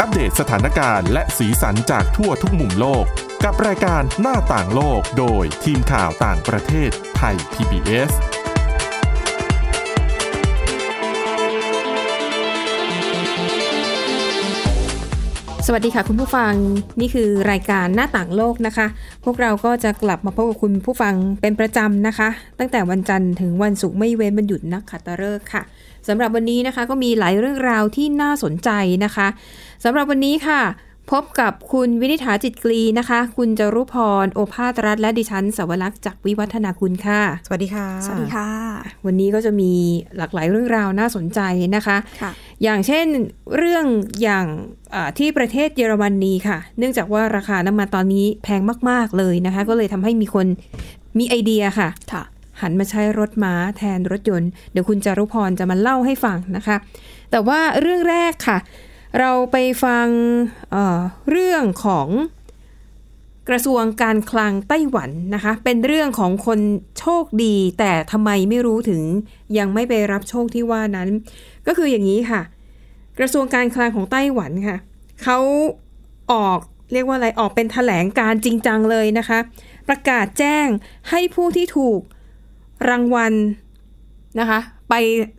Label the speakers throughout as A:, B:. A: อัปเดตสถานการณ์และสีสันจากทั่วทุกมุมโลก กับรายการหน้าต่างโลกโดยทีมข่าวต่างประเทศไทย PBS
B: สวัสดีค่ะคุณผู้ฟังนี่คือรายการหน้าต่างโลกนะคะ พวกเราก็จะกลับมาพบกับคุณผู้ฟังเป็นประจำนะคะ ตั้งแต่วันจันทร์ถึงวันศุกร์ไม่เว้นวันหยุดนักขัตฤกษ์ค่ะสำหรับวันนี้นะคะก็มีหลายเรื่องราวที่น่าสนใจนะคะสำหรับวันนี้ค่ะ พบกับคุณวินิษฐาจิตกรีนะคะ คุณจรุพรโอภาสรัฐและดิฉันสวรักษ์จากวิวัฒนาคุณค่ะ
C: สวัสดีค่ะ
D: สวัสดีค่ะ
B: วันนี้ก็จะมีหลากหลายเรื่องราวน่าสนใจนะคะ
D: ค่ะ
B: อย่างเช่นเรื่องอย่างอ่าที่ประเทศเยอรมนนีค่ะ เนื่องจากว่าราคาน้ำมันตอนนี้แพงมาก ๆ เลยนะคะ ก็เลยทำให้มีคนมีไอเดียค่ะ
D: ค่ะ
B: หันมาใช้รถม้าแทนรถยนต์ เดี๋ยวคุณจารุพรจะมาเล่าให้ฟังนะคะ แต่ว่าเรื่องแรกค่ะ เราไปฟังเอ่อเรื่องของกระทรวงการคลังไต้หวันนะคะ เป็นเรื่องของคนโชคดี แต่ทำไมไม่รู้ถึงยังไม่ไปรับโชคที่ว่านั้น ก็คืออย่างนี้ค่ะ กระทรวงการคลังของไต้หวันค่ะเขาออกเรียกว่าอะไรออกเป็นแถลงการจริงจังเลยนะคะ ประกาศแจ้งให้ผู้ที่ถูก รางวัลนะคะ ไป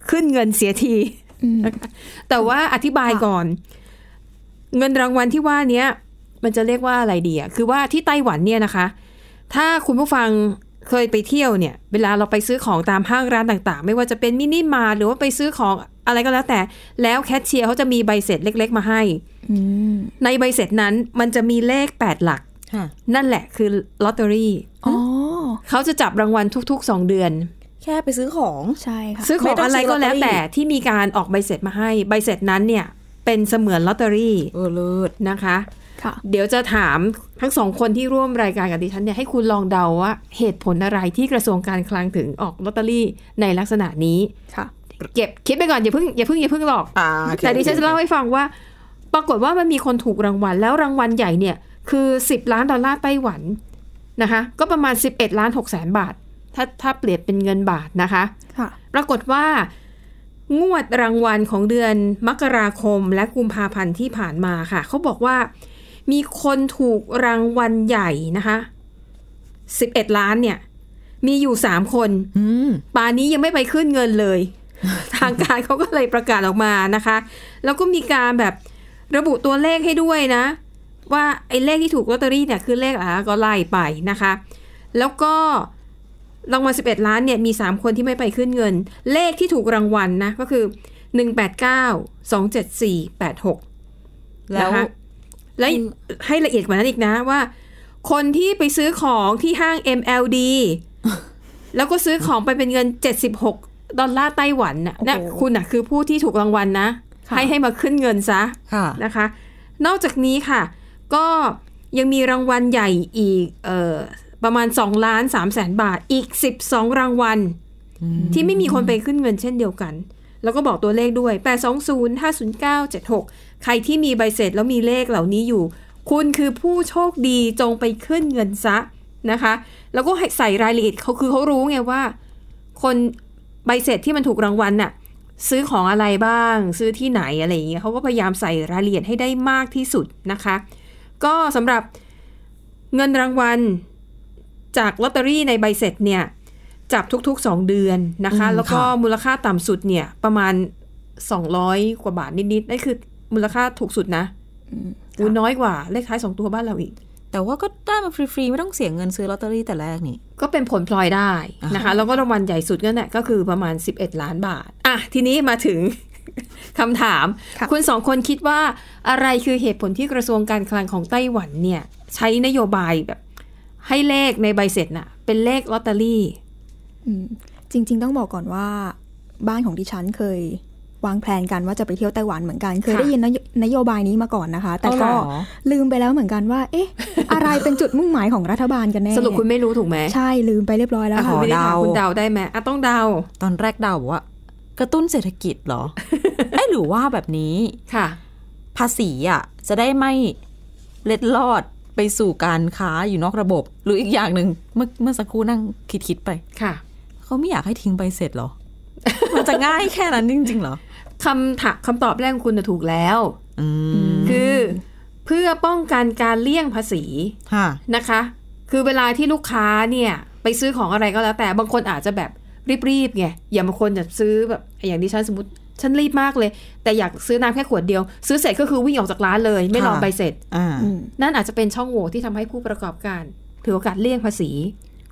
B: ขึ้นเงินเสียที
D: อืม
B: แต่ว่าอธิบาย
D: ค่ะ
B: ก่อน เงินรางวัลที่ว่าเนี้ยมันจะเรียกว่าอะไรดีอะคือว่าที่ไต้หวันเนี่ยนะคะ ถ้าคุณผู้ฟังเคยไปเที่ยวเนี่ย เวลาเราไปซื้อของตามห้างร้านต่างๆ ไม่ว่าจะเป็นมินิมาร์ทหรือว่าไปซื้อของอะไรก็แล้วแต่ แล้วแคชเชียร์เขาจะมีใบเสร็จเล็ก ๆ มาให้
D: อืม
B: ในใบเสร็จนั้นมันจะมีเลข 8 หลัก
C: ค่ะ
B: นั่นแหละคือลอตเตอรี่
D: อ๋อ
B: เขาจะจับรางวัลทุกๆสองเดือน
C: แค่ไปซื้อของ
D: ใช่ค่ะ
B: ซื้อข
C: ไม่
B: อง
C: ต้อง
B: อะไร
C: ซื้อ
B: ก็แล้ว
C: ลอตเตอรี่
B: แต่ที่มีการออกใบเสร็จมาให้ ใบเสร็จนั้นเนี่ย เป็นเสมือนลอตเตอรี่
C: เออเลิศ
B: นะคะ
D: ค่ะ
B: เดี๋ยวจะถามทั้งสองคนที่ร่วมรายการกับดิฉันเนี่ยให้คุณลองเดาว่าเหตุผลอะไรที่กระทรวงการคลังถึงออกลอตเตอรี่ในลักษณะนี้
D: ค่ะ
B: เก็บคิดไปก่อนอย่าเพิ่งอย่าเพิ่งอย่าเพิ่งหรอก
C: อ่า
B: แต่ดิฉันจะเล่าให้ฟังว่า ปรากฏว่ามันมีคนถูกรางวัล แล้วรางวัลใหญ่เนี่ย คือ 10 ล้านดอลลาร์ไต้หวันนะคะ ก็ประมาณ 11 ล้าน6แสนบาท ถ้าถ้าเปลี่ยนเป็นเงินบาทนะคะ
D: ค่ะ
B: ปรากฏว่า งวดรางวัลของเดือนมกราคมและกุมภาพันธ์ที่ผ่านมาค่ะ เขาบอกว่ามีคนถูกรางวัลใหญ่นะคะ 11 ล้านเนี่ย มีอยู่ 3 คน
C: อืม
B: ป่านนี้ยังไม่ไปขึ้นเงินเลย ทางการเขาก็เลยประกาศออกมานะคะ แล้วก็มีการแบบระบุตัวเลขให้ด้วยนะ ว่าไอ้เลขที่ถูกลอตเตอรี่เนี่ยคือเลขอะไรก็ไล่ไปนะคะ แล้วก็รางวัล11 ล้านเนี่ยมี 3 คนที่ไม่ไปขึ้นเงิน เลขที่ถูกรางวัลนะก็คือ 189 274 86
C: แล้ว
B: นะคะ และให้ละเอียดกว่านั้นอีกนะว่า คนที่ไปซื้อของที่ห้าง MLD แล้วก็ซื้อของไปเป็นเงิน 76 ดอลลาร์ไต้หวันน่ะนะ
C: โอ้โห
B: คุณน่ะคือผู้ที่ถูกรางวัลนะ
C: ค่ะ
B: ให้ให้มาขึ้นเงินซะ
C: ค่ะ
B: นะคะ นอกจากนี้ค่ะ ก็ยังมีรางวัลใหญ่อีกเออประมาณ2ล้าน3แสนบาทอีก 12 รางวัล
C: อืม
B: ที่ไม่มีคนไปขึ้นเงินเช่นเดียวกัน แล้วก็บอกตัวเลขด้วย 820 509 76 ใครที่มีใบเสร็จแล้วมีเลขเหล่านี้อยู่ คุณคือผู้โชคดีจงไปขึ้นเงินซะนะคะ แล้วก็ให้ใส่รายละเอียดเขาคือเขารู้ไงว่า คนใบเสร็จที่มันถูกรางวัลน่ะ ซื้อของอะไรบ้าง ซื้อที่ไหนอะไรอย่างเงี้ยเขาก็พยายามใส่รายละเอียดให้ได้มากที่สุดนะคะ ก็สำหรับเงินรางวัลจากลอตเตอรี่ในใบเสร็จเนี่ย จับทุกๆ 2 เดือนนะคะ
C: อืม
B: แล้วก็
C: ค่ะ
B: มูลค่าต่ำสุดเนี่ยประมาณ 200 กว่าบาทนิดๆนั่นคือมูลค่าถูกสุดนะ
D: อืม
B: อูน้อยกว่าเลขท้าย 2 ตัวบ้านเราอีก
C: แต่ว่าก็ได้มาฟรีๆ ไม่ต้องเสียเงินซื้อลอตเตอรี่แต่แรกนี่
B: ก็เป็นผลพลอยได้นะคะ
C: อ่า
B: แล้วก็รางวัลใหญ่สุดก็เนี่ยก็คือประมาณ 11 ล้านบาท อ่ะ ทีนี้มาถึง คำถาม
D: ค่ะ
B: คุณสองคนคิดว่าอะไรคือเหตุผลที่กระทรวงการคลังของไต้หวันเนี่ย ใช้นโยบายแบบ ให้เลขในใบเสร็จน่ะ เป็นเลขลอตเตอรี่
D: อืม จริง ๆ ต้องบอกก่อนว่า บ้านของดิฉันเคย วางแผนกันว่าจะไปเที่ยวไต้หวันเหมือนกัน เคย
B: ค่ะ
D: ได้ยินนโยนโยบายนี้มาก่อนนะคะ แต่ก็
C: เอาเหรอ
D: ลืมไปแล้วเหมือนกันว่า เอ๊ะ อะไรเป็นจุดมุ่งหมายของรัฐบาลกันแน่
B: สรุปคุณไม่รู้ถูกไหม
D: ใช่ลืมไปเรียบร้อยแล้ว
B: อ่ะ
D: ค่ะ
B: คุณไม่ได้ถาม
C: ขอเดา
B: คุณเดาได้ไหมอ่ะต้องเดา
C: ตอนแรกเดาบอกว่ากระตุ้นเศรษฐกิจเหรอ ไอ้ยหรือว่าแบบนี้
B: ค่ะ
C: ภาษีอ่ะ จะได้ไม่เล็ดลอดไปสู่การค้าอยู่นอกระบบ หรืออีกอย่างหนึ่งเมื่อเมื่อสักครู่นั่งคิดๆไป
B: ค่ะ
C: เขาไม่อยากให้ทิ้งใบเสร็จเหรอ มันจะง่ายแค่นั้นจริงๆเหรอ
B: คำถามคำตอบแรกของคุณน่ะถูกแล้ว
C: อืม
B: คือเพื่อป้องกันการเลี่ยงภาษี
C: ค่ะ
B: นะคะ คือเวลาที่ลูกค้าเนี่ยไปซื้อของอะไรก็แล้วแต่บางคนอาจจะแบบรีบๆไง อย่างบางคนจะซื้อแบบอย่างดิฉันสมมติฉันรีบมากเลย แต่อยากซื้อน้ำแค่ขวดเดียว ซื้อเสร็จก็คือวิ่งออกจากร้านเลย ไม่รอ
C: ค่ะ
B: ใบเสร็จ
C: อ่า
D: อืม
B: นั่นอาจจะเป็นช่องโหว่ที่ทำให้ผู้ประกอบการถือโอกาสเลี่ยงภาษี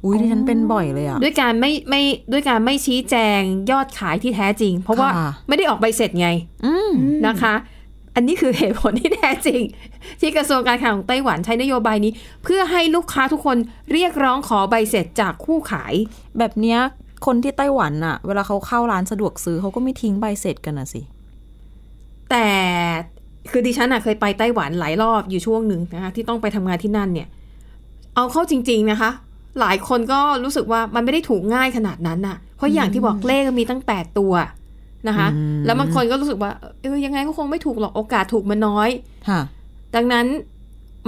C: อุ้ยดิฉันเป็นบ่อยเลยอ่ะ
B: ด้วยการไม่ไม่ด้วยการไม่ชี้แจงยอดขายที่แท้จริง เพราะว่า
C: ค่ะ
B: ไม่ได้ออกใบเสร็จไง
C: อืม
B: นะคะ อันนี้คือเหตุผลที่แท้จริง ที่กระทรวงการคลังของไต้หวันใช้นโยบายนี้ เพื่อให้ลูกค้าทุกคนเรียกร้องขอใบเสร็จจากคู่ขาย
C: แบบเนี้ยคนที่ไต้หวันอ่ะ เวลาเขาเข้าร้านสะดวกซื้อเขาก็ไม่ทิ้งใบเสร็จกันนะสิ
B: แต่คือดิฉันน่ะเคยไปไต้หวันหลายรอบอยู่ช่วงหนึ่งนะคะที่ต้องไปทำงานที่นั่นเนี่ย เอาเข้าจริง ๆนะคะ หลายคนก็รู้สึกว่ามันไม่ได้ถูกง่ายขนาดนั้นน่ะ เพราะอย่างที่บอกเลขมีตั้ง 8 ตัวนะคะ
C: อืม
B: แล้วบางคนก็รู้สึกว่าเออยังไงก็คงไม่ถูกหรอกโอกาสถูกมันน้อย
C: ค่ะ
B: ดังนั้น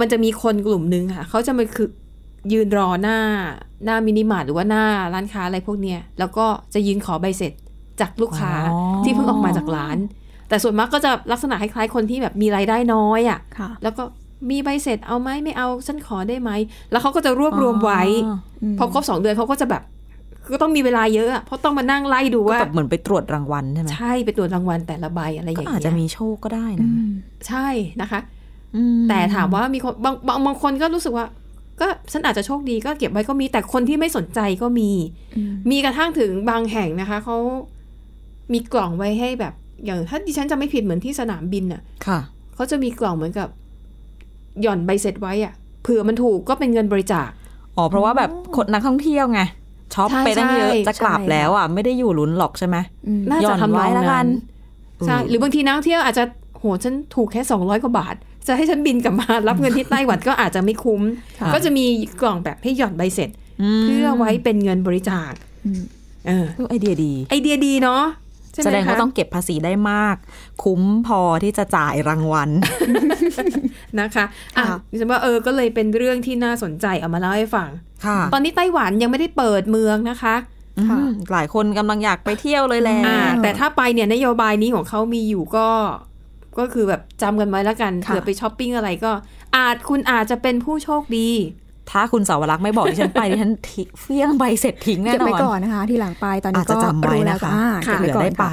B: มันจะมีคนกลุ่มหนึ่งค่ะ เขาจะมาคือยืนรอหน้าหน้ามินิมาร์ทหรือว่าหน้าร้านค้าอะไรพวกเนี้ยแล้วก็จะยืนขอใบเสร็จจากลูกค้า
C: อ๋อ
B: ที่เพิ่งออกมาจากร้าน แต่ส่วนมากก็จะลักษณะคล้ายๆคนที่แบบมีรายได้น้อยอะ่ะ
D: ค่ะ
B: แล้วก็มีใบเสร็จเอาไหมไม่เอาฉันขอได้ไหม แล้วเขาก็จะรวบรวมไว้
D: อืม
B: พอครบสองเดือนเขาก็จะแบบก็ต้องมีเวลาเยอะอะเพราะต้องมานั่งไล่ดู
C: ก็
B: ว่า
C: แบบเหมือนไปตรวจรางวัลใช่ไหม
B: ใช่ไปตรวจรางวัลแต่ละใบอะไรอ
C: ก็
B: ย่าง
C: อาจจะ
B: เงี้ย
C: มีโชคก็ได้
D: อื
C: นะ
D: ม
B: ใช่นะคะ
C: อืม
B: แต่ถามว่ามีคนบางบางบางคนก็รู้สึกว่า ก็ฉันอาจจะโชคดีก็เก็บไว้ก็มีแต่คนที่ไม่สนใจก็มี
D: อืม
B: มีกระทั่งถึงบางแห่งนะคะเขามีกล่องไว้ให้แบบ อย่างถ้าดิฉันจะไม่ผิดเหมือนที่สนามบินน่ะ
C: ค่ะ
B: เขาจะมีกล่องเหมือนกับ หย่อนใบเสร็จไว้อะเผื่อมันถูกก็เป็นเงินบริจาค
C: อ๋อเพราะว่าแบบคนนักท่องเที่ยวไงช็อป
B: ใช่
C: ไปตั้งเยอะ
B: ใช่
C: จะกลับแล้วอ่ะไม่ได้อยู่ลุ้นหรอกใช่ไหม
D: อืม
B: น่า
C: หย่
B: จะ
C: อน
B: ทำร้าย
C: ไว้
B: ละ
C: ละกั
B: กัน
C: น
B: ใช่
C: อืม
B: หรือบางทีนักท่องเที่ยวอาจจะโหฉันถูกแค่ 200 กว่าบาท จะให้ฉันบินกลับมา รับเงินที่ไต้หวันก็อาจจะไม่คุ้ม
C: ค่ะ
B: ก็จะมีกล่องแบบให้หย่อนใบเสร็จ เพื่อไว้เป็นเงินบริจาค
D: อืม
B: เออ
C: เออไอเดียดี
B: ไอเดียดีเนาะใช่ไหม
C: แสดง
B: คะ
C: ว่าต้องเก็บภาษีได้มาก คุ้มพอที่จะจ่ายรางวัล
B: นะคะอ่ะ
D: ค่ะ
B: ดิฉันว่าเออก็เลยเป็นเรื่องที่น่าสนใจเอามาเล่าให้ฟัง
C: ค่ะ
B: ตอนนี้ไต้หวันยังไม่ได้เปิดเมืองนะคะ
C: อืมหลายคนกำลังอยากไปเที่ยวเลยแหละ
B: อ่าแต่ถ้าไปเนี่ยนโยบายนี้ของเขามีอยู่ก็ ก็คือแบบจำกันไว้แล้วกัน
D: ค่ะ
B: เผื่อไปช้อปปิ้งอะไรก็ อาจคุณอาจจะเป็นผู้โชคดี
C: ถ้าคุณสาวรักษณ์ไม่บอกดิฉันไปดิฉัน ทิ้งเฟี้ยงใบเสร็จทิ้งแน่
D: เก็บ
C: น
D: ไว้
C: อน
D: ก่อนนะคะ ที่หลังไปตอน
C: อา
D: นี้
C: จ
D: ก็
C: จะจำไว้
D: รู้แล้
C: นะ
D: ว
C: คะ
D: อ่า
B: ค่ะ
D: เก็บ
C: เหลื
D: ไว้
C: อ
D: ก่อน
C: ได้ไป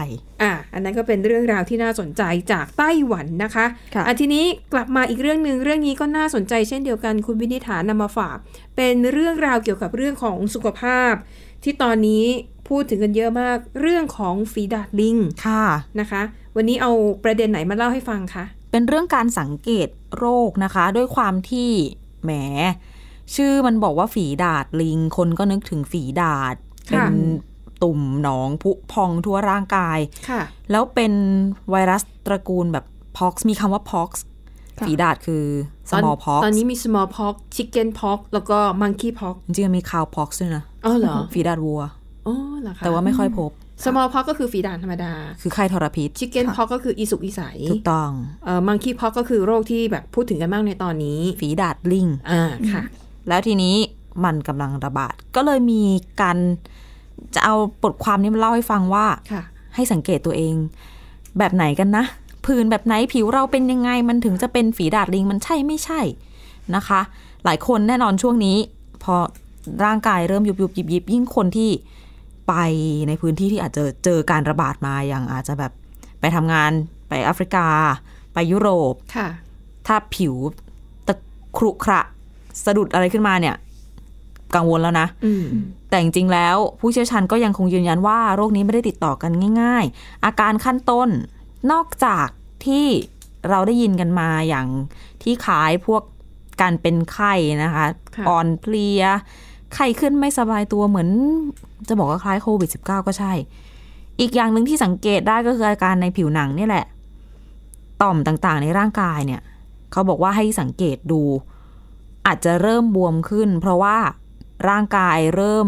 D: ค่ะ
B: อ่ะอันนั้นก็เป็นเรื่องราวที่น่าสนใจจากไต้หวันนะคะ
D: ค่ะ
B: อ่ทีนี้กลับมาอีกเรื่องหนึ่งเรื่องนี้ก็น่าสนใจเช่นเดียวกันคุณวินิฐานำมาฝาก เป็นเรื่องราวเกี่ยวกับเรื่องของสุขภาพ ที่ตอนนี้พูดถึงกันเยอะมากเรื่องของฝีดาดลิง
C: ค่ะ
B: นะคะ วันนี้เอาประเด็นไหนมาเล่าให้ฟังคะ
C: เป็นเรื่องการสังเกตโรคนะคะ ด้วยความที่แหม ชื่อมันบอกว่าฝีดาดลิง คนก็นึกถึงฝีดาด
B: ค่ะ
C: เป็นตุ่มหนองผุพองทั่วร่างกาย
B: ค่ะ
C: แล้วเป็นไวรัสตระกูลแบบพ็อกซ์มีคำว่าพ็อกซ์
D: ค่ะ
C: ฝีดาดคือ
B: ตอน
C: small pox
B: ตอนนี้มี small pox chicken pox แล้วก็ monkey pox
C: จริงๆมันมี cow pox ด้วยนะ
B: อ๋อเหรอ
C: ฝีดาดวัว
B: อ๋อเหรอคะ
C: แต่ว่าไม่ค่อยพบ
B: small pox ก็คือฝีดาดธรรมดา
C: คือไข้ทรพิษ
B: chicken pox ก็คืออีสุกอีใส
C: ถูกต้อง
B: เอ่อ monkey pox ก็คือโรคที่แบบพูดถึงกันมากในตอนนี้
C: ฝีดาดลิง
B: อ่าค่ะ
C: แล้วทีนี้มันกำลังระบาด ก็เลยมีการจะเอาบทความนี้มาเล่าให้ฟังว่า
B: ค่ะ
C: ให้สังเกตตัวเอง แบบไหนกันนะผื่นแบบไหนผิวเราเป็นยังไง มันถึงจะเป็นฝีดาดลิงมันใช่ไม่ใช่นะคะ หลายคนแน่นอนช่วงนี้ พอร่างกายเริ่มยุบยุบยิบยิบยิ่งคนที่ไปในพื้นที่ที่อาจจะเจอการระบาดมาอย่างอาจจะแบบไปทำงานไปแอฟริกา ไปยุโรป
B: ค่ะ
C: ถ้าผิวตะครุขระสะดุดอะไรขึ้นมาเนี่ย กังวลแล้วนะ
B: อืม
C: แต่จริงๆ แล้วผู้เชี่ยวชาญก็ยังคงยืนยันว่าโรคนี้ไม่ได้ติดต่อกันง่าย ๆ อาการขั้นต้น นอกจากที่เราได้ยินกันมาอย่างที่ขายพวกการเป็นไข้นะคะ
B: ค่ะ
C: อ่อนเพลีย ไข้ขึ้นไม่สบายตัวเหมือน จะบอกว่าคล้ายโควิด -19 ก็ใช่ อีกอย่างหนึ่งที่สังเกตได้ก็คืออาการในผิวหนังเนี่ยแหละ ต่อมต่างๆ ในร่างกายเนี่ย เขาบอกว่าให้สังเกตดู อาจจะเริ่มบวมขึ้น เพราะว่าร่างกายเริ่ม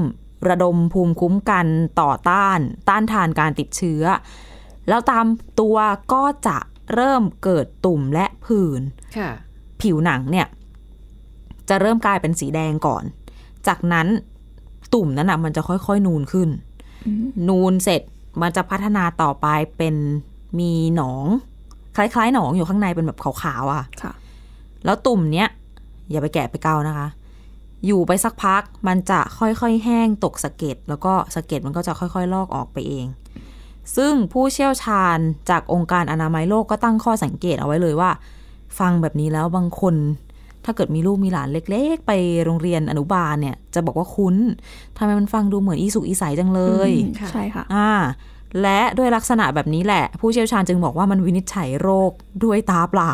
C: ระดมภูมิคุ้มกันต่อต้าน ต้านทานการติดเชื้อ แล้วตามตัวก็จะเริ่มเกิดตุ่มและผื่น
B: ค่ะ
C: ผิวหนังเนี่ย จะเริ่มกลายเป็นสีแดงก่อน จากนั้นตุ่มนั้นนะมันจะค่อยๆ นูนขึ้น นูนเสร็จมันจะพัฒนาต่อไปเป็น มีหนอง คล้ายๆ หนองอยู่ข้างในเป็นแบบขาวๆอ่ะ
D: ค่ะ
C: แล้วตุ่มเนี้ยอย่าไปแกะไปเกานะคะ อยู่ไปสักพักมันจะค่อยๆ แห้งตกสะเก็ดแล้วก็สะเก็ดมันก็จะค่อยๆ ลอกออกไปเอง ซึ่งผู้เชี่ยวชาญจากองค์การอนามัยโลกก็ตั้งข้อสังเกตเอาไว้เลยว่า ฟังแบบนี้แล้วบางคน ถ้าเกิดมีลูกมีหลานเล็ก ๆ ไปโรงเรียนอนุบาลเนี่ยจะบอกว่าคุ้นทำไมมันฟังดูเหมือนอีสุกอีใสจังเลย
D: อืมใช่ค่ะ
C: อ่าและด้วยลักษณะแบบนี้แหละ ผู้เชี่ยวชาญจึงบอกว่ามันวินิจฉัยโรคด้วยตาเปล่า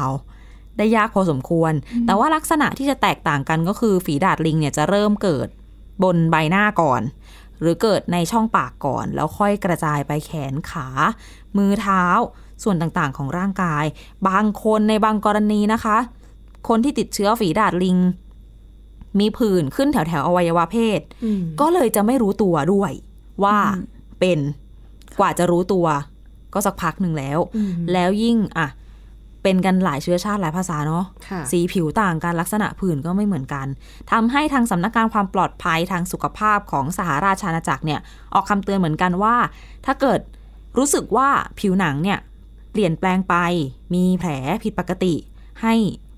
C: ได้ยากพอสมควร แต่ว่าลักษณะที่จะแตกต่างกันก็คือฝีดาดลิงเนี่ยจะเริ่มเกิดบนใบหน้าก่อน หรือเกิดในช่องปากก่อน แล้วค่อยกระจายไปแขนขา มือเท้าส่วนต่างๆของร่างกาย บางคนในบางกรณีนะคะ คนที่ติดเชื้อฝีดาดลิง มีผื่นขึ้นแถวๆอวัยวะเพศ
B: อืม
C: ก็เลยจะไม่รู้ตัวด้วยว่าเป็นกว่าจะรู้ตัว ก็สักพักหนึ่งแล้ว
B: อืม
C: แล้วยิ่งอ่ะเป็นกันหลายเชื้อชาติหลายภาษาเนาะ
B: ค่ะ
C: สีผิวต่างกันลักษณะผื่นก็ไม่เหมือนกันทำให้ทางสำนักงานความปลอดภัยทางสุขภาพของสหราชอาณาจักรเนี่ย ออกคำเตือนเหมือนกันว่า ถ้าเกิดรู้สึกว่าผิวหนังเนี่ย เปลี่ยนแปลงไป มีแผลผิดปกติ ให้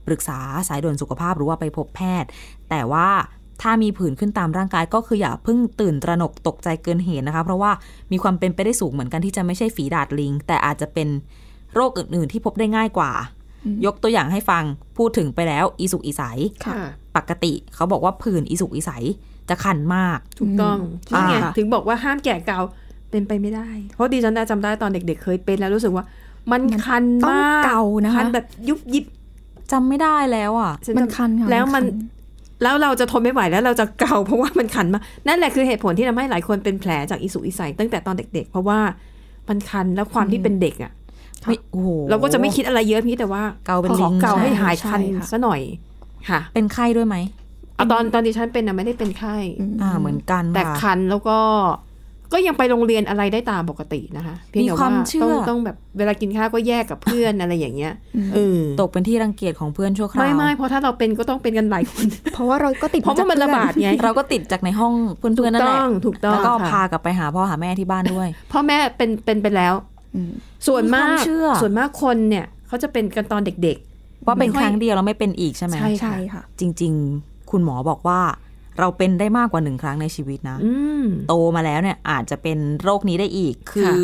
C: ปรึกษาสายด่วนสุขภาพหรือว่าไปพบแพทย์ แต่ว่าถ้ามีผื่นขึ้นตามร่างกายก็คืออย่าเพิ่งตื่นตระหนกตกใจเกินเหตุนะคะ เพราะว่ามีความเป็นไปได้สูงเหมือนกันที่จะไม่ใช่ฝีดาดลิง แต่อาจจะเป็นโรคอื่น ๆ ที่พบได้ง่ายกว่า
D: อืม
C: ยกตัวอย่างให้ฟังพูดถึงไปแล้วอีสุกอีใส
D: ค่ะ
C: ปกติ เขาบอกว่าผื่นอีสุกอีใสจะคันมาก
B: ถูกต้องนี่ไง
C: อ่า
B: ถึงบอกว่าห้ามแกะเกาเป็นไปไม่ได้ เพราะดิฉันน่ะจำได้ตอนเด็กๆเคยเป็นแล้วรู้สึกว่า มัน
D: มัน
B: คัน
D: ต้อง
B: มาก
D: เกานะคะ
B: คันแบบยุบยิบ
C: จำไม่ได้แล้วอ่ะ
B: ฉัจำ
D: มันคันค่ะ
B: แล้วมัน
D: คั
B: แล้วเราจะทนไม่ไหวแล้วเราจะเกา เพราะว่ามันคันมากนั่นแหละคือเหตุผลที่ทำให้หลายคนเป็นแผลจากอิสุกอิสัยตั้งแต่ตอนเด็ก ๆ เพราะว่ามันคันแล้วความที่เป็นเด็กอ่ะ ค่ะ
C: ไม่โอ้โห
B: เราก็จะไม่คิดอะไรเยอะพี่แต่ว่า
C: เกาเป็น
B: ขอ
C: ลิง
B: เกาให้หายคัน
D: ใช่ค่ะ
B: ซะหน่อยค่ะ
C: เป็นไข้ด้วยไหม
B: เอาตอนตอนดิฉันเป็นนะไม่ได้เป็นไข้
D: อืม
C: อ่าเหมือนกัน
B: แต่
C: ค่ะ
B: คันแล้วก็ก็ยังไปโรงเรียนอะไรได้ตามปกตินะคะเพียงแต่
C: มีความเชื่อ
B: ต้องต้องแบบเวลากินข้าวก็แยกกับเพื่อน อะไรอย่างเงี้ย
D: อืม
B: เออ
C: ตกเป็นที่รังเกียจของเพื่อนชั่วคราว
B: ไม่ไม่เพราะถ้าเราเป็นก็ต้องเป็นกันหลาย คน
D: เพราะว่าเราก็ติด
B: เพราะว่ามันระบาดไง
C: เราก็ติดจากในห้องเพื่อนๆนั่นแหละ
B: ถูกต้อง
C: แล้วก็
B: ค่ะ
C: พากลับไปหาพ่อหาแม่ที่บ้านด้วย
B: พ่อแม่เป็นเป็นไปแล้ว
D: อืม
B: ส่วนมาก
C: มีความเชื่อ
B: ส่วนมากคนเนี่ยเขาจะเป็นกันตอนเด็ก
C: ว่าเป็น
B: ไม่ค่
C: ค
B: อย
C: รั้งเดียวแล้วไม่เป็นอีกใช่ไหม
B: ใช่
D: ใช่ค่ะ
C: จริง ๆ คุณหมอบอกว่า เราเป็นได้มากกว่าหนึ่งครั้งในชีวิตนะ
B: ๆ อืม
C: โตมาแล้วเนี่ยอาจจะเป็นโรคนี้ได้อีก คือ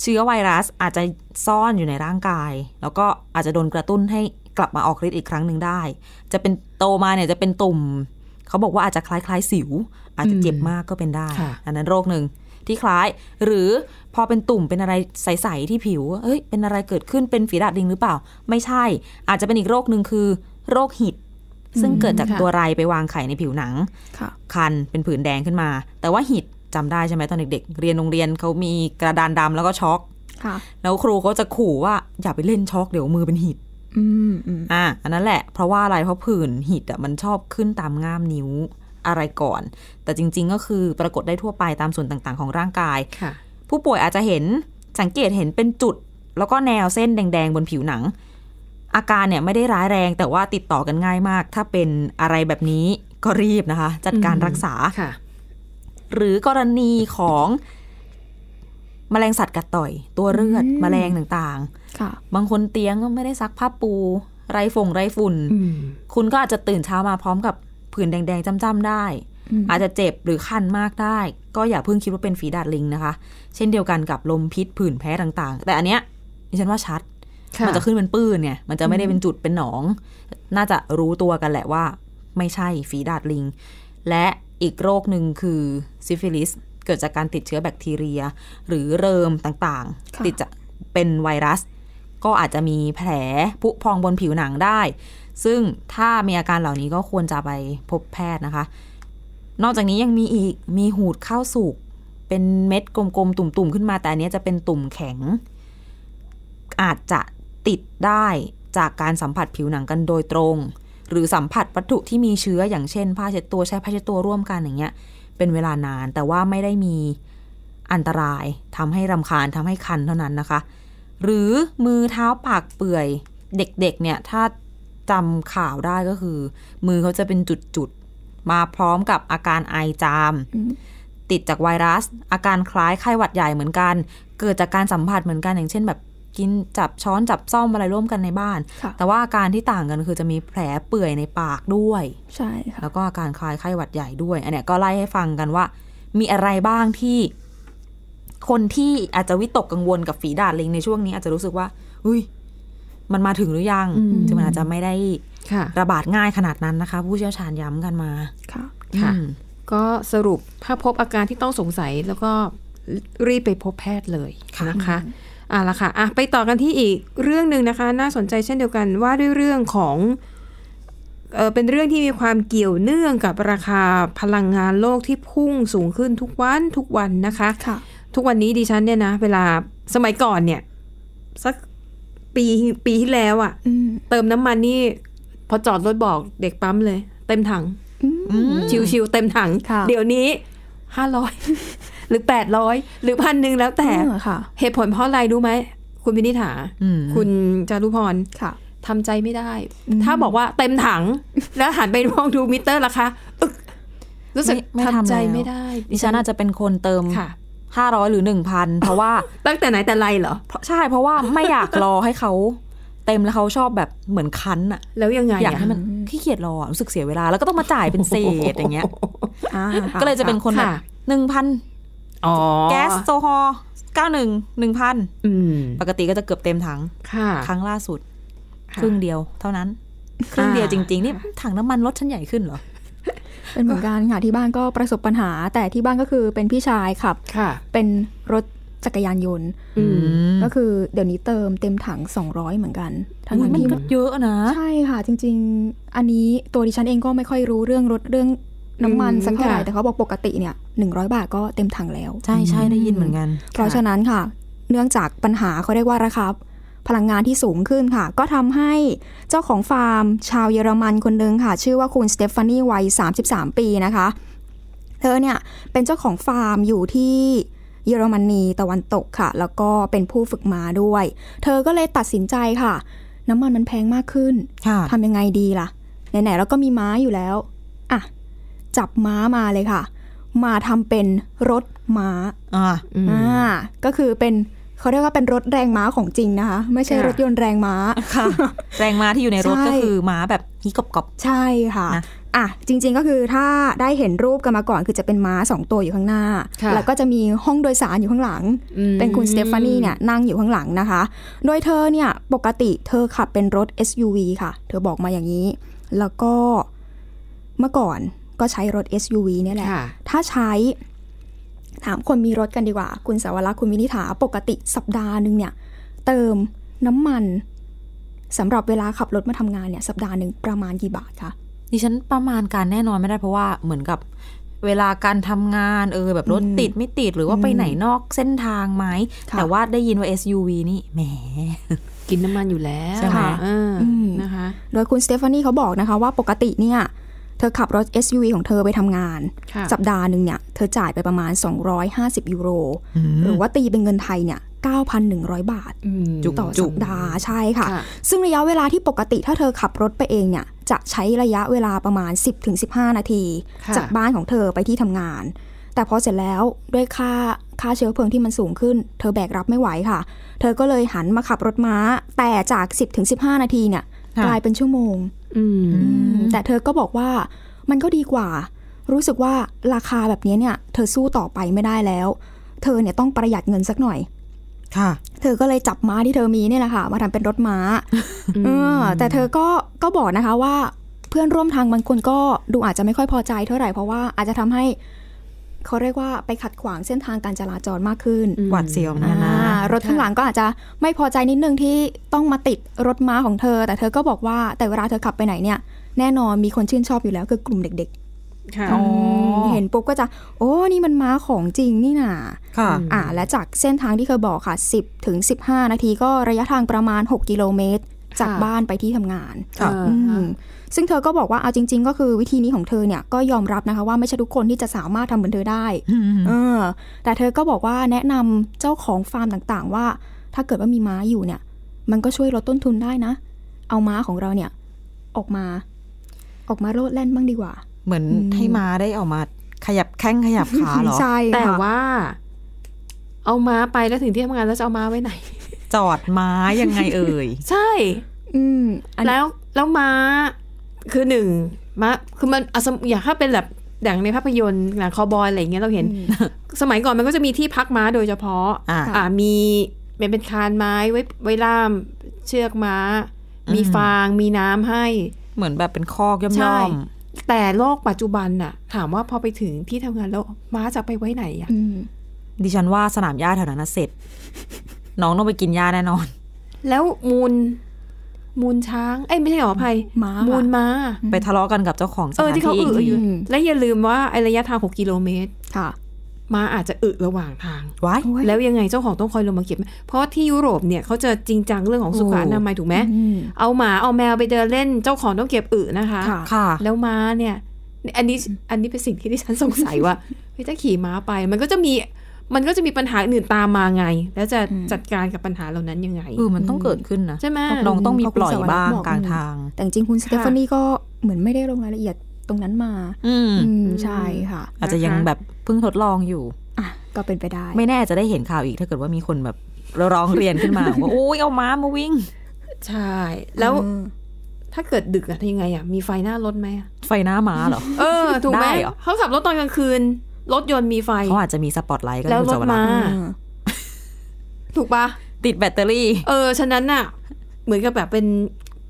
C: เชื้อไวรัสอาจจะซ่อนอยู่ในร่างกาย แล้วก็อาจจะโดนกระตุ้นให้กลับมาออกฤทธิ์อีกครั้งหนึ่งได้ จะเป็นโตมาเนี่ยจะเป็นตุ่ม เขาบอกว่าอาจจะคล้ายๆสิว อาจจะเจ็บมากก็เป็นได้
B: ค่ะ
C: อันนั้นโรคหนึ่งที่คล้าย หรือพอเป็นตุ่มเป็นอะไรใสๆที่ผิวเอ้ยเป็นอะไรเกิดขึ้นเป็นฝีดาดลิงหรือเปล่า ไม่ใช่ อาจจะเป็นอีกโรคหนึ่งคือ โรคหิดซึ่งเกิดจากตัวไรไปวางไข่ในผิวหนัง
D: ค่ะ
C: คันเป็นผื่นแดงขึ้นมา แต่ว่าหิดจำได้ใช่ไหมตอนเด็กๆ เรียนโรงเรียนเขามีกระดานดำแล้วก็ช็อก
D: ค่ะ
C: แล้วครูก็จะขู่ว่าอย่าไปเล่นช็อกเดี๋ยวมือเป็นหิด
D: อืมอืม
C: อ่ะอันนั้นแหละเพราะว่าอะไรเพราะผื่นหิดอ่ะมันชอบขึ้นตามง่ามนิ้วอะไรก่อน แต่จริง ๆ ก็คือปรากฏได้ทั่วไปตามส่วนต่างๆของร่างกาย
B: ค่ะ
C: ผู้ป่วยอาจจะเห็นสังเกตเห็นเป็นจุด แล้วก็แนวเส้นแดง ๆ บนผิวหนัง อาการเนี่ยไม่ได้ร้ายแรงแต่ว่าติดต่อกันง่ายมาก ถ้าเป็นอะไรแบบนี้ก็รีบนะคะ จัดการรักษา
B: ค่ะ
C: หรือกรณีของแมลงสัตว์กัดต่อย ตัวเลือดมแมลงต่าง
D: ค่ะ
C: ๆ บางคนเตียงก็ไม่ได้ซักผ้าปู ไรฝงไรฝุ่น
B: อืม
C: คุณก็อาจจะตื่นเช้ามาพร้อมกับผื่นแดง ๆจ้ำๆได้
D: อืม
C: อาจจะเจ็บหรือคันมากได้ ก็อย่าเพิ่งคิดว่าเป็นฝีดาดลิงนะคะ เช่นเดียวกันกับลมพิษผื่นแพ้ต่างๆ แต่อันเนี้ยดิฉันว่าชัด
B: ค่ะ
C: มันจะขึ้นเป็นปื้นเนี่ย มันจะไม่ได้เป็นจุดเป็นหนอง น่าจะรู้ตัวกันแหละว่า ไม่ใช่ฝีดาดลิง และอีกโรคหนึ่งคือซิฟิลิส เกิดจากการติดเชื้อแบคทีเรีย หรือเริมต่าง
D: ค่ะ
C: ๆ ติดจากเป็นไวรัส ก็อาจจะมีแผลผุพองบนผิวหนังได้ ซึ่งถ้ามีอาการเหล่านี้ก็ควรจะไปพบแพทย์นะคะ นอกจากนี้ยังมีอีก มีหูดข้าวสุก เป็นเม็ดกลมๆ ตุ่มๆ ขึ้นมา แต่อันเนี้ยจะเป็นตุ่มแข็ง อาจจะติดได้จากการสัมผัสผิวหนังกันโดยตรง หรือสัมผัสวัตถุที่มีเชื้ออย่างเช่น ผ้าเช็ดตัวใช้ผ้าเช็ดตัวร่วมกันอย่างเงี้ย เป็นเวลานานแต่ว่าไม่ได้มีอันตรายทำให้รำคาญทำให้คันเท่านั้นนะคะ หรือมือเท้าปากเปื่อยเด็กๆเนี่ยถ้าจำข่าวได้ก็คือ มือเขาจะเป็นจุดๆ มาพร้อมกับอาการไอจาม
D: อืม
C: ติดจากไวรัส อาการคล้ายไข้หวัดใหญ่เหมือนกัน เกิดจากการสัมผัสเหมือนกันอย่างเช่นแบบ กินจับช้อนจับซ่อมอะไรร่วมกันในบ้าน
D: ค่ะ
C: แต่ว่าอาการที่ต่างกันคือจะมีแผลเปื่อยในปากด้วย
D: ใช่ค่ะ
C: แล้วก็อาการคล้ายไข้หวัดใหญ่ด้วย อันเนี้ยก็ไล่ให้ฟังกันว่า มีอะไรบ้างที่ คนที่อาจจะวิตกกังวลกับฝีดาดลิงในช่วงนี้อาจจะรู้สึกว่า อุ้ย มันมาถึงหรือยัง
B: อืม
C: ถึงมันอาจจะไม่ได้
B: ค่ะ
C: ระบาดง่ายขนาดนั้นนะคะ ผู้เชี่ยวชาญย้ำกันมา
D: ค่ะ
B: ค่ะ
C: อืม
B: ก็สรุปถ้าพบอาการที่ต้องสงสัยแล้วก็รีบไปพบแพทย์เลยนะคะอ่ะละค่ะอ่ะไปต่อกันที่อีกเรื่องหนึ่งนะคะ น่าสนใจเช่นเดียวกันว่าด้วยเรื่องของเออเป็นเรื่องที่มีความเกี่ยวเนื่องกับราคาพลังงานโลกที่พุ่งสูงขึ้นทุกวันทุกวันนะคะ
D: ค่ะ
B: ทุกวันนี้ดิฉันเนี่ยนะเวลาสมัยก่อนเนี่ยสักปีปีที่แล้วอะ
D: อืม
B: เติมน้ำมันนี่ พอจอดรถบอกเด็กปั๊มเลย เต็มถัง
D: อืม
C: อืม
B: ชิวๆเต็มถัง
D: ค่ะ
B: เดี๋ยวนี้ห้าร้อย หรือแปดร้อยหรือพันหนึ่งแล้วแต่
D: เออค่ะ
B: เหตุผลเพราะอะไรรู้ไหม คุณวินิษฐา
C: อืม
B: คุณจารุพร
D: ค่ะ
B: ทำใจไม่ได้ ถ้าบอกว่าเต็มถัง แล้วหันไปมองดูมิเตอร์ราคาอึกรู้สึก
C: ไม่ไม่ทำ
B: ทำใจ
C: แล้ว
B: ไม่ได้
C: ดิฉันอาจจะเป็นคนเติม
B: ค่ะ
C: ห้าร้อยหรือหนึ่งพันเพราะว่า
B: ตั้งแต่ไหนแต่ไรเหรอ
C: เพราะใช่เพราะว่าไม่อยากรอให้เขาเต็มแล้วเขาชอบแบบเหมือนคันอะ
B: แล้วยังไง
C: อยากให้
B: ะ
C: มันขี้เกียจรออะรู้สึกเสียเวลา แล้วก็ต้องมาจ่ายเป็นเศษอย่างเงี้ย
D: อ่า
C: ก็เลยจะเป็นคนแบบ
B: ค่ะ
C: หนึ่งพัน
B: อ๋อ
C: แก๊สโซฮอลเก้าหนึ่งหนึ่งพัน
B: อืม
C: ปกติก็จะเกือบเต็มถัง
B: ค่ะ
C: ครั้งล่าสุด
B: ค่ะ
C: ครึ่งเดียวเท่านั้น ครึ่งเดียวจริง ๆ นี่ถังน้ำมันรถฉันใหญ่ขึ้นเหรอ
D: เป็นเหมือนกันค่ะที่บ้านก็ประสบปัญหา แต่ที่บ้านก็คือเป็นพี่ชายขับ
B: ค่ะ
D: เป็นรถจักรยานยนต์
B: อืม
D: ก็คือเดี๋ยวนี้เติมเต็มถัง 200 เหมือนกันทั้ง
C: อุ๊ย
D: ๆ
C: มัน
D: ที่
C: ก็เยอะนะ
D: ใช่ค่ะ จริง ๆ อันนี้ตัวดิฉันเองก็ไม่ค่อยรู้เรื่องรถเรื่องน้ำมัน
B: อืม
D: สักเท่าไหร่
B: ค่ะ
D: แต่เขาบอกปกติเนี่ย 100 บาทก็เต็มถังแล้ว
C: ใช่ใช่ได้ยินเหมือนกัน
D: เพราะฉะนั้นค่ะ เนื่องจากปัญหาเขาเรียกว่าราคาพลังงานที่สูงขึ้นค่ะ ก็ทำให้เจ้าของฟาร์ม ชาวเยอรมันคนหนึ่งค่ะ ชื่อว่าคุณสเตฟานีวัย 33 ปีนะคะ เธอเนี่ยเป็นเจ้าของฟาร์มอยู่ที่เยอรมนีตะวันตกค่ะ แล้วก็เป็นผู้ฝึกม้าด้วย เธอก็เลยตัดสินใจค่ะ น้ำมันมันแพงมากขึ้น
C: ค่ะ
D: ทำยังไงดีล่ะ ไหนๆเราก็มีม้าอยู่แล้ว อ่ะ จับม้ามาเลยค่ะ มาทำเป็นรถม้า
C: อ่า
B: อืม
D: อ่าก็คือเป็นเขาเรียกว่าเป็นรถแรงม้าของจริงนะคะ ไม่ใช่
B: ค่ะ
D: รถยนต์แรงม้า
C: ค่ะ แรงม้าที่อยู่ในรถ
D: ใช่
C: ก็คือม้าแบบฮิกกอบ
D: ใช่ค่ะ
C: นะ
D: อ่ะจริงๆก็คือถ้าได้เห็นรูปกันมาก่อน คือจะเป็นม้าสองตัวอยู่ข้างหน้า
B: ค่ะ
D: แล้วก็จะมีห้องโดยสารอยู่ข้างหลัง เป็นคุณสเตฟานีเนี่ยนั่งอยู่ข้างหลังนะคะ โดยเธอเนี่ยปกติเธอขับเป็นรถ SUV ค่ะ เธอบอกมาอย่างนี้ แล้วก็เมื่อก่อนก็ใช้รถ SUV เนี่ยแหละ
B: ค่ะ
D: ถ้าใช้ถามคนมีรถกันดีกว่า คุณสาวรักษ์คุณวินิษฐาปกติสัปดาห์หนึ่งเนี่ย เติมน้ำมันสำหรับเวลาขับรถมาทำงานเนี่ย สัปดาห์หนึ่งประมาณกี่บาทคะ
C: ดิฉันประมาณการแน่นอนไม่ได้เพราะว่าเหมือนกับเวลาการทำงานเออแบบรถติดไม่ติดหรือว่าไปไหนนอกเส้นทางไหม
D: ค่ะ
C: แต่ว่าได้ยินว่า SUV นี่แหม
B: กินน้ำมันอยู่แล้ว
C: ใช่ไหม
B: ค่ะเอออ
D: ม
B: นะคะ
D: โดยคุณสเตฟานีเขาบอกนะคะว่าปกติเนี่ย เธอขับรถ SUV ของเธอไปทำงาน
B: ค่ะ
D: สัปดาห์หนึ่งเนี่ย เธอจ่ายไปประมาณ 250 ยูโร หรือว่าตีเป็นเงินไทยเนี่ย 9,100 บาท
B: อืม
C: จุก
D: ต่อสัปดาห์ใช่ค่ะ
B: ค่ะ
D: ซึ่งระยะเวลาที่ปกติถ้าเธอขับรถไปเองเนี่ย จะใช้ระยะเวลาประมาณ 10-15 นาที
B: ค่ะ
D: จากบ้านของเธอไปที่ทำงาน แต่พอเสร็จแล้วด้วยค่าค่าเชื้อเพลิงที่มันสูงขึ้น เธอแบกรับไม่ไหวค่ะ เธอก็เลยหันมาขับรถม้า แต่จาก 10-15 นาทีเนี่ย
C: ค่ะ
D: กลายเป็นชั่วโมง
B: อืม
D: แต่เธอก็บอกว่ามันก็ดีกว่า รู้สึกว่าราคาแบบนี้เนี่ย เธอสู้ต่อไปไม่ได้แล้ว เธอเนี่ยต้องประหยัดเงินสักหน่อย
C: ค่ะ
D: เธอก็เลยจับม้าที่เธอมีเนี่ยแหละค่ะมาทำเป็นรถม้าเออแต่เธอก็ก็บอกนะคะว่าเพื่อนร่วมทางบางคนก็ดูอาจจะไม่ค่อยพอใจเท่าไหร่เพราะว่าอาจจะทำให้เขาเรียกว่าไปขัดขวางเส้นทางการจราจรมากขึ้น
C: หวัดเสียวเหมือนกันนะ
D: อ่ารถข้างหลังก็อาจจะไม่พอใจนิดนึงที่ต้องมาติดรถม้าของเธอ แต่เธอก็บอกว่าแต่เวลาเธอขับไปไหนเนี่ย แน่นอนมีคนชื่นชอบอยู่แล้วคือกลุ่มเด็ก
B: ค่ะ
C: อ๋อ
D: ๆเห็นปุ๊บก็จะ โอ้นี่มันม้าของจริงนี่นา
C: ค่ะ
D: อ่าและจากเส้นทางที่เคยบอกค่ะ 10ถึง15 นาทีก็ระยะทางประมาณ 6 กิโลเมตร จาก
B: ค่ะ
D: บ้านไปที่ทำงาน
C: ค่ะ
B: เออ
D: อืมซึ่งเธอก็บอกว่าเอาจริง ๆ ก็คือวิธีนี้ของเธอเนี่ยก็ยอมรับนะคะว่าไม่ใช่ทุกคนที่จะสามารถทำเหมือนเธอได้เออแต่เธอก็บอกว่าแนะนำเจ้าของฟาร์มต่างๆ ว่า ถ้าเกิดว่ามีม้าอยู่เนี่ย มันก็ช่วยลดต้นทุนได้นะ เอาม้าของเราเนี่ยออกมา ออกมาโลดแล่นบ้างดีกว่า
C: เหมือนให้ม้าได้ออกมาขยับแข้งขยับขาเหรอ
D: ใช่
B: แต่
D: ค่ะ
B: ว่า เอาม้าไปแล้วถึงที่ทำงานแล้วจะเอาม้าไว้ไหน
C: จอดม้ายังไงเอ่ย
B: ใช่
D: อืมอันนี้
B: แล้วแล้วม้าคือหนึ่งม้าคือมันอ่ะสมอย่างถ้าเป็นแบบอย่างในภาพยนตร์หนังคาวบอยอะไรอย่างเงี้ยเราเห็น สมัยก่อนมันก็จะมีที่พักม้าโดยเฉพาะ
C: อ่า
B: อ่ามีเป็นเป็นคานไม้ไว้ไว้ล่ามเชือกม้า มี
C: อืม
B: ฟางมีน้ำให้
C: เหมือนแบบเป็นคอกย่
B: ใช่
C: อม
B: แต่โลกปัจจุบันน่ะ ถามว่าพอไปถึงที่ทำงานแล้วม้าจะไปไว้ไหนอ่ะ
D: อืม
C: ๆดิฉันว่าสนามหญ้าแถวนั้นนะเสร็จ น้องต้องไปกินหญ้าแน่นอน
B: แล้วมูล มูลช้าง เอ้ยไม่ใช่หรออภัย
D: ม้า
B: มูล
D: ค่ะ
B: ม้า
C: ไปทะเลาะกันกับเจ้าของส
B: เออ
C: ถาน
B: ที่เขา
C: ที่อี
B: อึ
C: กที
B: อยู่
D: อืม
B: และอย่าลืมว่าไอระยะทางหกกิโลเมตร
D: ค่ะ
B: ม้าอาจจะอึระหว่างทาง
C: ว้าย
D: โอ้ย
B: แล้วยังไงเจ้าของต้องคอยลงมาเก็บไหมเพราะที่ยุโรปเนี่ยเขาจะจริงจังเรื่องของสุขอนามัยถูกไหม
D: อืม
B: เอาหมาเอาแมวไปเดินเล่นเจ้าของต้องเก็บอึนะคะ
D: ค่ะ
C: ค่ะ
B: แล้วม้าเนี่ย อันนี้อันนี้เป็นสิ่งที่ดิฉันสงสัย ว่า เฮ้ยถ้าขี่ม้าไป มันก็จะมีมันก็จะมีปัญหาอื่นตามมาไง แล้วจะ
D: อืม
B: จัดการกับปัญหาเหล่านั้นยังไง
C: เออมันต้องเกิดขึ้นนะ
B: ใช่ไหม
C: น้องต้องมีปล่อยบ้าง
D: ขอบคุณสวรรค์บอก
C: กลางทาง
D: แต่จริงๆคุณสเตฟานีก็เหมือนไม่ได้ลงรายละเอียดตรงนั้นมา
C: อืม
D: อืมใช่ค่ะ
C: อาจจะยังแบบเพิ่งทดลองอยู่
D: อ่ะก็เป็นไปได้
C: ไม่แน่จะได้เห็นข่าวอีกถ้าเกิดว่ามีคนแบบร้องเรียนขึ้นมา ว่าโอ้ยเอาม้ามาวิ่ง
B: ใช่ แล้ว
D: เออ
B: ถ้าเกิดดึกอะทำยังไงอะมีไฟหน้ารถไหมอะ
C: ไฟหน้าม้าเหรอ
B: เออ ถูกไหม
C: ได้เหรอ
B: เขาขับรถตอนกลางคืน รถยนต์มีไฟ
C: เขาอาจจะมีสปอตไลท์ก็ได้
B: แล้ว
C: คุณ
B: รถ
C: สวรร
B: ม้า
C: ค์
B: ถูกปะ
C: ติดแบตเตอรี่
B: เออ ฉะนั้นน่ะ เหมือนกับแบบเป็น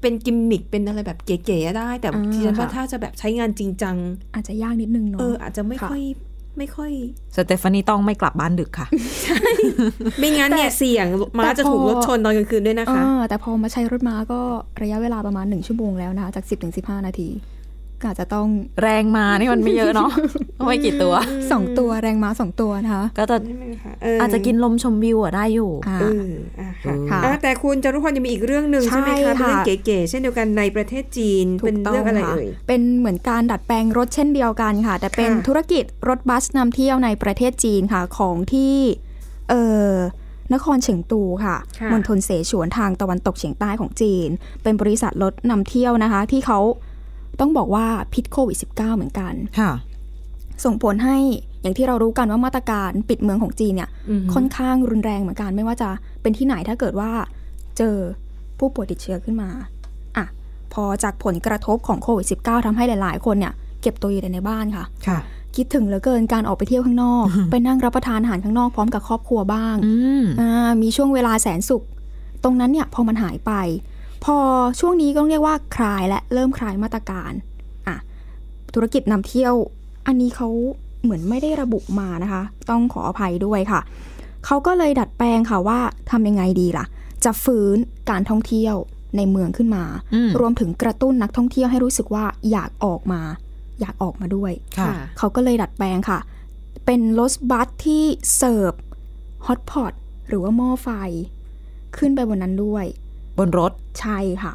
B: เป็นกิมมิค เป็นอะไรแบบเก๋ๆได้ แต่
D: อ่า
B: ดิฉันว่า
D: ค่ะ
B: ถ้าจะแบบใช้งานจริงจัง
D: อาจจะยากนิดนึงเนาะ
B: เออ อาจจะไม่
D: ค่ะ
B: ค่อย ไม่ค่อย
C: สเตฟานีต้องไม่กลับบ้านดึกค่ะ
B: ไม่งั้นเนี่ยเสี่ยงม้าจะถูกรถชนตอนกลางคืนด้วยนะคะ
D: อ่าแต่พอมาใช้รถม้าก็ระยะเวลาประมาณ 1 ชั่วโมงแล้วนะคะจาก 10ถึง15 นาที ก็อาจจะต้อง
C: แรงมานี่มันไม่เยอะเนาะ ไม่กี่ตัว
D: 2 ตัวแรงม้า 2 ตัวนะคะ
C: ก็จะอาจจะกินลมชมวิวอะได้อยู่
D: อ่า
B: เอออ่ะค่ะ
C: ค่ะ
B: อ่ะแต่คุณจารุพรยังมีอีกเรื่องหนึ่งใช่ไหม
D: ใช่
B: คะเป็นเรื่อง
D: ค่ะ
B: เก๋ๆเช่นเดียวกันในประเทศจีน
D: ถู
B: เป็น
D: กต้
B: เรื่องอะไร
D: ค่ะ
B: เอ่ย
D: เป็นเหมือนการดัดแปลงรถเช่นเดียวกันค่ะ แต่เป็น
B: ค่ะ
D: ธุรกิจรถบัสนำเที่ยวในประเทศจีนค่ะของที่เอ่อนครเฉิงตูค่ะ
B: ค่ะ
D: มณฑลเสฉวนทางตะวันตกเฉียงใต้ของจีน เป็นบริษัทรถนำเที่ยวนะคะ ที่เขาต้องบอกว่าพิษโควิด -19 เหมือนกัน
C: ค่ะ
D: ส่งผลให้อย่างที่เรารู้กันว่ามาตรการปิดเมืองของจีนเนี่ยค่อนข้างรุนแรงเหมือนกัน ไม่ว่าจะเป็นที่ไหนถ้าเกิดว่าเจอผู้ป่วยติดเชื้อขึ้นมาอ่ะพอจากผลกระทบของโควิด -19 ทำให้หลาย ๆ คนเนี่ยเก็บตัวอยู่แต่ในบ้านค่ะ
C: ค่ะ
D: คิดถึงเหลือเกินการออกไปเที่ยวข้างนอก ไปนั่งรับประทานอาหารข้างนอกพร้อมกับครอบครัวบ้าง
C: อืม
D: อ่ามีช่วงเวลาแสนสุข ตรงนั้นเนี่ยพอมันหายไป พอช่วงนี้ก็เรียกว่าคลายและเริ่มคลายมาตรการอ่ะธุรกิจนำเที่ยว อันนี้เขาเหมือนไม่ได้ระบุมานะคะ ต้องขออภัยด้วยค่ะ เขาก็เลยดัดแปลงค่ะว่าทำยังไงดีล่ะ จะฟื้นการท่องเที่ยวในเมืองขึ้นมา
C: อืม
D: รวมถึงกระตุ้นนักท่องเที่ยวให้รู้สึกว่าอยากออกมา อยากออกมาด้วย
C: ค่ะ
D: เขาก็เลยดัดแปลงค่ะ เป็นรถบัสที่เสิร์ฟฮอตพอตหรือว่าหม้อไฟ ขึ้นไปบนนั้นด้วย
C: บนรถ
D: ใช่ค่ะ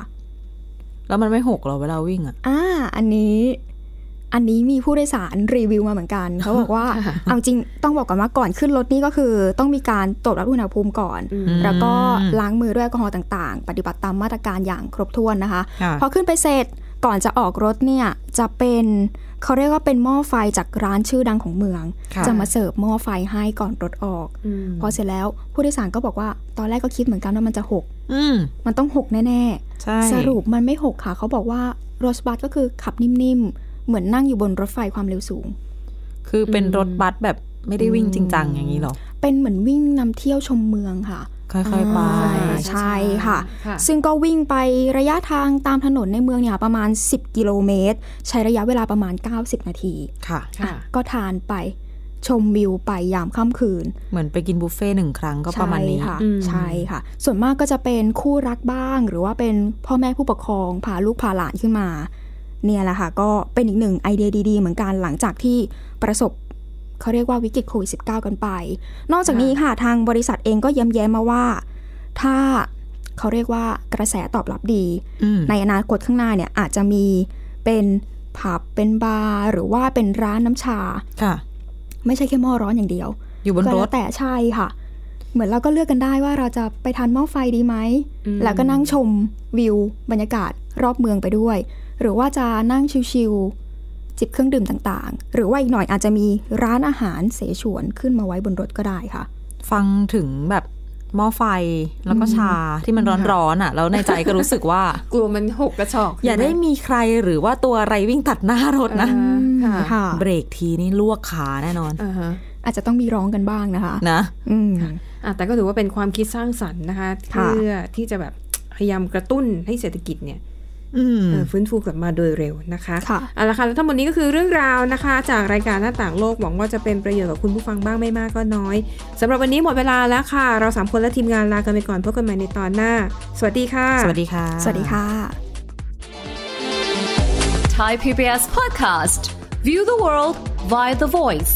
C: แล้วมันไม่หกเหรอเวลาวิ่งอะ
D: อ่า อันนี้ อันนี้มีผู้โดยสารรีวิวมาเหมือนกัน เขาบอกว่า เอาจริงต้องบอกก่อนว่าก่อนขึ้นรถนี่ก็คือ ต้องมีการตรวจวัดอุณหภูมิก่อน
B: อืม
D: แล้วก็
C: อืม
D: ล้างมือด้วยแอลกอฮอล์ต่างๆ ปฏิบัติตามมาตรการอย่างครบถ้วนนะคะ
C: ค่ะ
D: พอขึ้นไปเสร็จก่อนจะออกรถเนี่ยจะเป็นเขาเรียกว่าเป็นหม้อไฟจากร้านชื่อดังของเมือง
C: ค่ะ
D: จะมาเสิร์ฟหม้อไฟให้ก่อนรถออก
B: ม
D: พอเสร็จแล้วผู้โดยสารก็บอกว่า ตอนแรกก็คิดเหมือนกันว่ามันจะหก
C: อืม
D: มันต้องหกแน่
C: ใช่
D: ๆ สรุปมันไม่หกค่ะ เขาบอกว่ารถบัสก็คือขับนิ่มๆ เหมือนนั่งอยู่บนรถไฟความเร็วสูง
C: คือเป็นรถบัสแบบไม่ได้วิ่งจริงจังอย่างนี้เหรอ
D: เป็นเหมือนวิ่งนำเที่ยวชมเมืองค่ะ
C: ค่อยๆไป
D: อ่า ใช่ค่ะ ซึ่งก็วิ่งไประยะทางตามถนนในเมืองเนี่ยประมาณ 10 กิโลเมตร ใช้ระยะเวลาประมาณ 90 นาที
C: ค่ะ
B: ค่ะ
D: ก็ทานไปชมวิวไปยามค่ำคืน
C: เหมือนไปกินบุฟเฟ่ต์หนึ่งครั้งก็ประมาณนี้
D: ใช่ค่ะ
B: อืม
D: ใช่ค่ะ ส่วนมากก็จะเป็นคู่รักบ้าง หรือว่าเป็นพ่อแม่ผู้ปกครองพาลูกพาหลานขึ้นมา เนี่ยแหละค่ะ ก็เป็นอีกหนึ่งไอเดียดี ๆ เหมือนกันหลังจากที่ประสบเขาเรียกว่าวิกฤตโควิด -19 กันไป นอกจากนี้ค่ะทางบริษัทเองก็ย้ำแย้มมาว่า ถ้าเขาเรียกว่ากระแสตอบรับดี
C: อืม
D: ในอนาคตข้างหน้าเนี่ยอาจจะมีเป็นผับเป็นบาร์หรือว่าเป็นร้านน้ำชา
C: ค่ะ
D: ไม่ใช่แค่หม้อร้อนอย่างเดียว
C: อยู่บน
D: ก็
C: ร
D: แล้ว
C: ถ
D: แต่ใช่ค่ะ เหมือนเราก็เลือกกันได้ว่าเราจะไปทานหม้อไฟดีไหม
B: อืม
D: แล้วก็นั่งชมวิว บรรยากาศรอบเมืองไปด้วย หรือว่าจะนั่งชิวๆจิบเครื่องดื่มต่างๆ หรือว่าอีกหน่อยอาจจะมีร้านอาหารเสฉวนขึ้นมาไว้บนรถก็ได้ค่ะ
C: ฟังถึงแบบ หม้อไฟแล้วก็ชาที่มันร้อนๆอ่ะ แล้วในใจก็รู้สึก ว่า
B: กลัวมันหกกระชอก
C: อย่าได้มีใครหรือว่าตัวอะไรวิ่งตัดหน้ารถนะ
B: อ่าค่ะ
D: ค่ะ
C: เบรกทีนี่ลวกขาแน่นอน
B: อ่าฮะ
D: อาจจะต้องมีร้องกันบ้างนะคะ
C: นะ
D: อืม
B: อ่ะแต่ก็ถือว่าเป็นความคิดสร้างสรรค์นะคะ
D: ค่ะ
B: เพื่อที่จะแบบพยายามกระตุ้นให้เศรษฐกิจเนี่ย
C: อืม
B: เอ่อฟื้นฟูกลับมาโดยเร็วนะคะ
D: ค่ะ
B: เอาละค่ะแล้วทั้งหมดนี้ก็คือเรื่องราวนะคะ จากรายการหน้าต่างโลกหวังว่าจะเป็นประโยชน์กับคุณผู้ฟังบ้างไม่มากก็น้อยสำหรับวันนี้หมดเวลาแล้วค่ะ เราสามคนและทีมงานลากันไปก่อนพบกันใหม่ในตอนหน้า สวัสดีค่ะ
C: สวัสดีค่ะ
D: สวัสดีค่ะ
E: Thai PBS podcast. View the world via the voice.